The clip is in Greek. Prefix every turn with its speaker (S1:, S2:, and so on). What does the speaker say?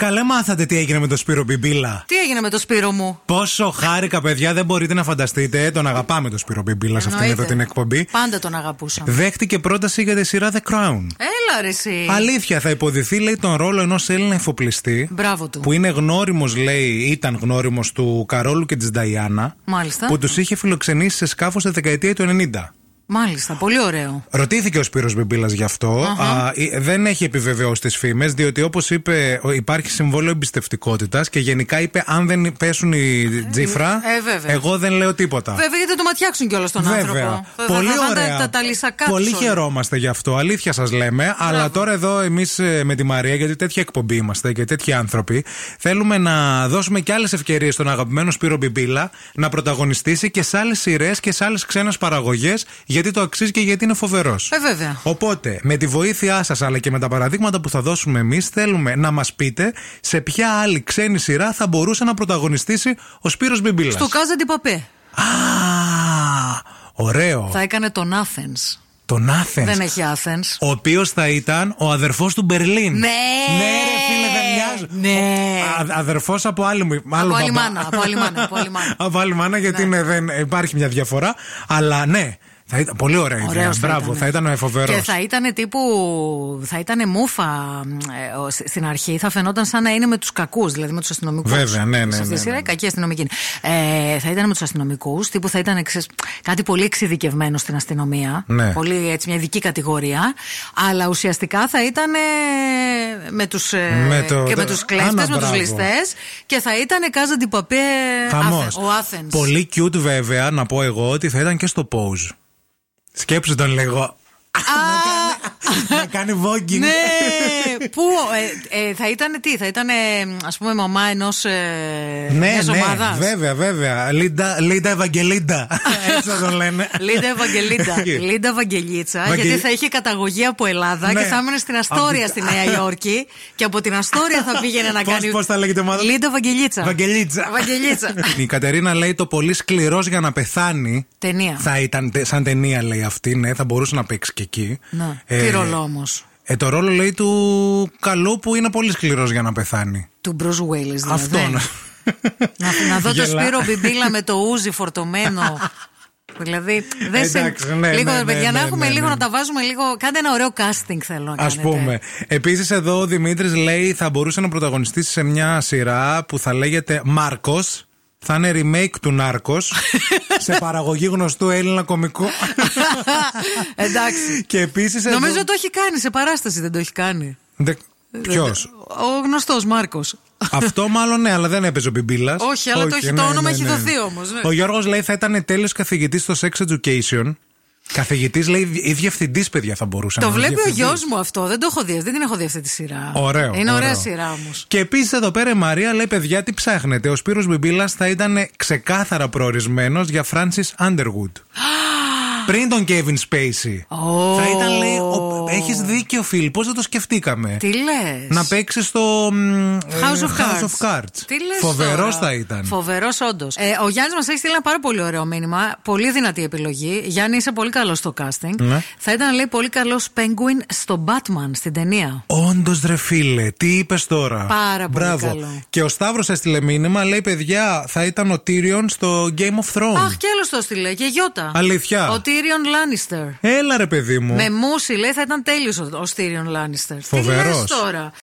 S1: Καλά μάθατε τι έγινε με τον Σπύρο Μπιμπίλα.
S2: Τι έγινε με το Σπύρο μου.
S1: Πόσο χάρηκα, παιδιά, δεν μπορείτε να φανταστείτε. Τον αγαπάμε τον Σπύρο Μπιμπίλα σε αυτήν εδώ
S2: Εννοείται.
S1: την εκπομπή.
S2: Πάντα τον αγαπούσα.
S1: Δέχτηκε πρόταση για τη σειρά The Crown.
S2: Έλα ρε εσύ.
S1: Αλήθεια, θα υποδηθεί, λέει, τον ρόλο ενός Έλληνα εφοπλιστή.
S2: Μπράβο του.
S1: Που είναι γνώριμος, λέει, ήταν γνώριμος του Καρόλου και της Νταϊάννα.
S2: Μάλιστα.
S1: Που τους είχε φιλοξενήσει σε σκάφος τη δεκαετία του 90.
S2: Μάλιστα. Πολύ ωραίο.
S1: Ρωτήθηκε ο Σπύρος Μπιμπίλας γι' αυτο Α, ε, δεν έχει επιβεβαιώσει τις φήμες διότι όπως είπε ο- υπάρχει συμβόλαιο εμπιστευτικότητας και γενικά είπε αν δεν πέσουν οι τζίφρα
S2: ε, βέβαια.
S1: εγώ δεν λέω τίποτα.
S2: Βέβαια γιατί το ματιάξουν κιόλας τον άνθρωπο. Θα- θα-
S1: Πολύ
S2: θα- θα-
S1: ωραία.
S2: Τα, τα, τα λυσακά
S1: Πολύ
S2: τους όλα.
S1: χαιρόμαστε γι' αυτό. Αλήθεια σας λέμε. Αλλά τώρα εδώ εμείς με τη Μαρία, γιατί τέτοια εκπομπή είμαστε και τέτοιοι άνθρωποι, θέλουμε να δώσουμε και άλλες ευκαιρίες στον αγαπημένο Σπύρο Μπιμπίλα να πρωταγωνιστήσει και σε άλλες σειρές και σε άλλες ξένες παραγωγές, γιατί το αξίζει και γιατί είναι φοβερός.
S2: Ε, βέβαια.
S1: Οπότε, με τη βοήθειά σας αλλά και με τα παραδείγματα που θα δώσουμε εμείς, θέλουμε να μας πείτε σε ποια άλλη ξένη σειρά θα μπορούσε να πρωταγωνιστήσει ο Σπύρος Μπιμπίλας.
S2: Στο Κάζα Παπέ.
S1: Α, ωραίο.
S2: Θα έκανε τον Athens.
S1: Τον Athens.
S2: Δεν έχει Athens.
S1: Ο οποίος θα ήταν ο αδερφός του Μπερλίν.
S2: Ναι!
S1: Ναι, ρε φίλε, δεν μοιάζουν.
S2: Ναι.
S1: Αδερφός από άλλη, μου- άλλο
S2: άλλη
S1: μπαμπά.
S2: μάνα, από άλλη μάνα, από άλλη μάνα. Ναι.
S1: Από άλλη μάνα, γιατί είναι, δεν υπάρχει μια διαφορά. Αλλά ναι, θα ήταν πολύ ωραία ιδέα.
S2: Ωραίος θα
S1: Μπράβο,
S2: ήτανε.
S1: θα ήταν φοβερός.
S2: Και θα ήταν τύπου. θα ήταν μούφα ε, ο- σ- στην αρχή. Θα φαινόταν σαν να είναι με τους κακούς, δηλαδή με τους αστυνομικούς.
S1: Βέβαια, ναι, ναι,
S2: Σε αυτή
S1: ναι,
S2: τη σειρά,
S1: ναι.
S2: οι κακοί αστυνομικοί. είναι. Ε, θα ήταν με τους αστυνομικούς, τύπου θα ήταν ξέρεις, κάτι πολύ εξειδικευμένο στην αστυνομία.
S1: Ναι.
S2: Πολύ έτσι, μια ειδική κατηγορία. Αλλά ουσιαστικά θα ήταν ε, με τους
S1: Με το-
S2: και με
S1: το-
S2: τους κλέφτε,
S1: Άννα,
S2: με τους
S1: μπράβο.
S2: ληστές. Και θα ήταν Κάζα Ντιπαπέ
S1: Χαμός.
S2: Ε, ο Athens.
S1: Πολύ cute βέβαια να πω εγώ ότι θα ήταν και στο pose. Σκέψου τον λίγο. να κάνει voguing.
S2: Ναι, που ε, ε, θα ήταν τι, θα ήταν ας πούμε μαμά ενός ε,
S1: Ναι,
S2: μιας
S1: ναι,
S2: ομάδας. Ε.
S1: βέβαια, βέβαια. Λίντα, Λίντα Ευαγγελίντα. Έτσι θα το λένε.
S2: Λίντα Ευαγγελίτσα.
S1: Εκεί.
S2: Λίντα Ευαγγελίτσα,
S1: Βαγγελί-
S2: γιατί θα είχε καταγωγή από Ελλάδα
S1: Ναι.
S2: και θα έμενε στην Αστόρια
S1: Από-
S2: στη Νέα Υόρκη και από την Αστόρια θα πήγαινε να
S1: Πώς-
S2: κάνει.
S1: πώς θα λέγεται η ομάδα?
S2: Λίντα Ευαγγελίτσα.
S1: Βαγγελίτσα.
S2: Βαγγελίτσα.
S1: Η Κατερίνα λέει το πολύ σκληρό για να πεθάνει.
S2: Ταινία.
S1: Θα ήταν τε- σαν ταινία, λέει αυτή, ναι, θα μπορούσε να παίξει και εκεί.
S2: Να,
S1: Ε,
S2: Ναι. Τι ρόλο όμως
S1: Ε, το ρόλο λέει του καλού που είναι πολύ σκληρός για να πεθάνει.
S2: Του Μπρουζ Βέιλι. Δηλαδή.
S1: Αυτόν.
S2: Να, να δω το
S1: Γελά.
S2: Σπύρο Μπιμπίλα με το ούζι φορτωμένο. δηλαδή, δεν σε-
S1: Εντάξει, ναι,
S2: λίγο,
S1: ναι,
S2: ρε παιδιά,
S1: ναι,
S2: να
S1: ναι,
S2: έχουμε
S1: ναι,
S2: λίγο
S1: ναι.
S2: να τα βάζουμε λίγο. Κάντε ένα ωραίο casting θέλω να
S1: Ας
S2: κάνετε.
S1: πούμε. Επίσης, εδώ ο Δημήτρης λέει θα μπορούσε να πρωταγωνιστήσει σε μια σειρά που θα λέγεται Μάρκος. Θα είναι remake του Νάρκος. σε παραγωγή γνωστού Έλληνα κομικού.
S2: Εντάξει.
S1: και επίσης.
S2: Νομίζω το έχει κάνει σε παράσταση, δεν το έχει κάνει.
S1: Ποιο.
S2: Ο γνωστός Μάρκος.
S1: Αυτό μάλλον ναι, αλλά δεν έπαιζε ο Μπιμπίλας.
S2: Όχι, αλλά το έχει- το όνομα έχει δοθεί όμως, ναι.
S1: Ο Γιώργος λέει θα ήταν τέλειος καθηγητής στο Sex Education. Καθηγητής λέει ή διευθυντής, παιδιά θα μπορούσε
S2: Το
S1: να είναι,
S2: βλέπει ο
S1: διευθυντής.
S2: γιος μου αυτό. Δεν το έχω δει. Δεν την έχω δει αυτή τη σειρά.
S1: Ωραίο.
S2: Είναι ωραία
S1: ωραίο.
S2: σειρά όμως.
S1: Και επίσης εδώ πέρα η Μαρία λέει: Παιδιά, τι ψάχνετε. Ο Σπύρος Μπιμπίλας θα ήταν ξεκάθαρα προορισμένος για Francis Underwood. Πριν τον Kevin Spacey.
S2: Ω.
S1: Θα ήταν, λέει, έχεις δίκιο, Φιλ. Πώς δεν το σκεφτήκαμε.
S2: Τι λες.
S1: Να παίξει στο. μ, ε,
S2: House of Cards.
S1: House of Cards.
S2: Τι λες
S1: Φοβερός
S2: τώρα.
S1: θα ήταν.
S2: Φοβερός, όντως. Ε, ο Γιάννης μας έχει στείλει ένα πάρα πολύ ωραίο μήνυμα. Πολύ δυνατή επιλογή. Γιάννη, είσαι πολύ καλός στο casting.
S1: Ναι.
S2: Θα ήταν, λέει, πολύ καλός Penguin στο Batman στην ταινία.
S1: Όντως, ρε φίλε, τι είπες τώρα.
S2: Πάρα πολύ
S1: Μπράβο.
S2: καλό.
S1: Και ο Σταύρος έστειλε μήνυμα, λέει: Παιδιά, θα ήταν ο Τύριον στο Game of Thrones.
S2: Αχ, και άλλος το στείλε. Και Γιώτα.
S1: Αλήθεια. Ναι.
S2: Ο Ναι, Tyrion Lannister.
S1: Έλα, ρε παιδί μου.
S2: Με μουσι, λέει, θα ήταν τέλειος ο Tyrion Lannister. Τι
S1: Φοβερός.
S2: λες τώρα.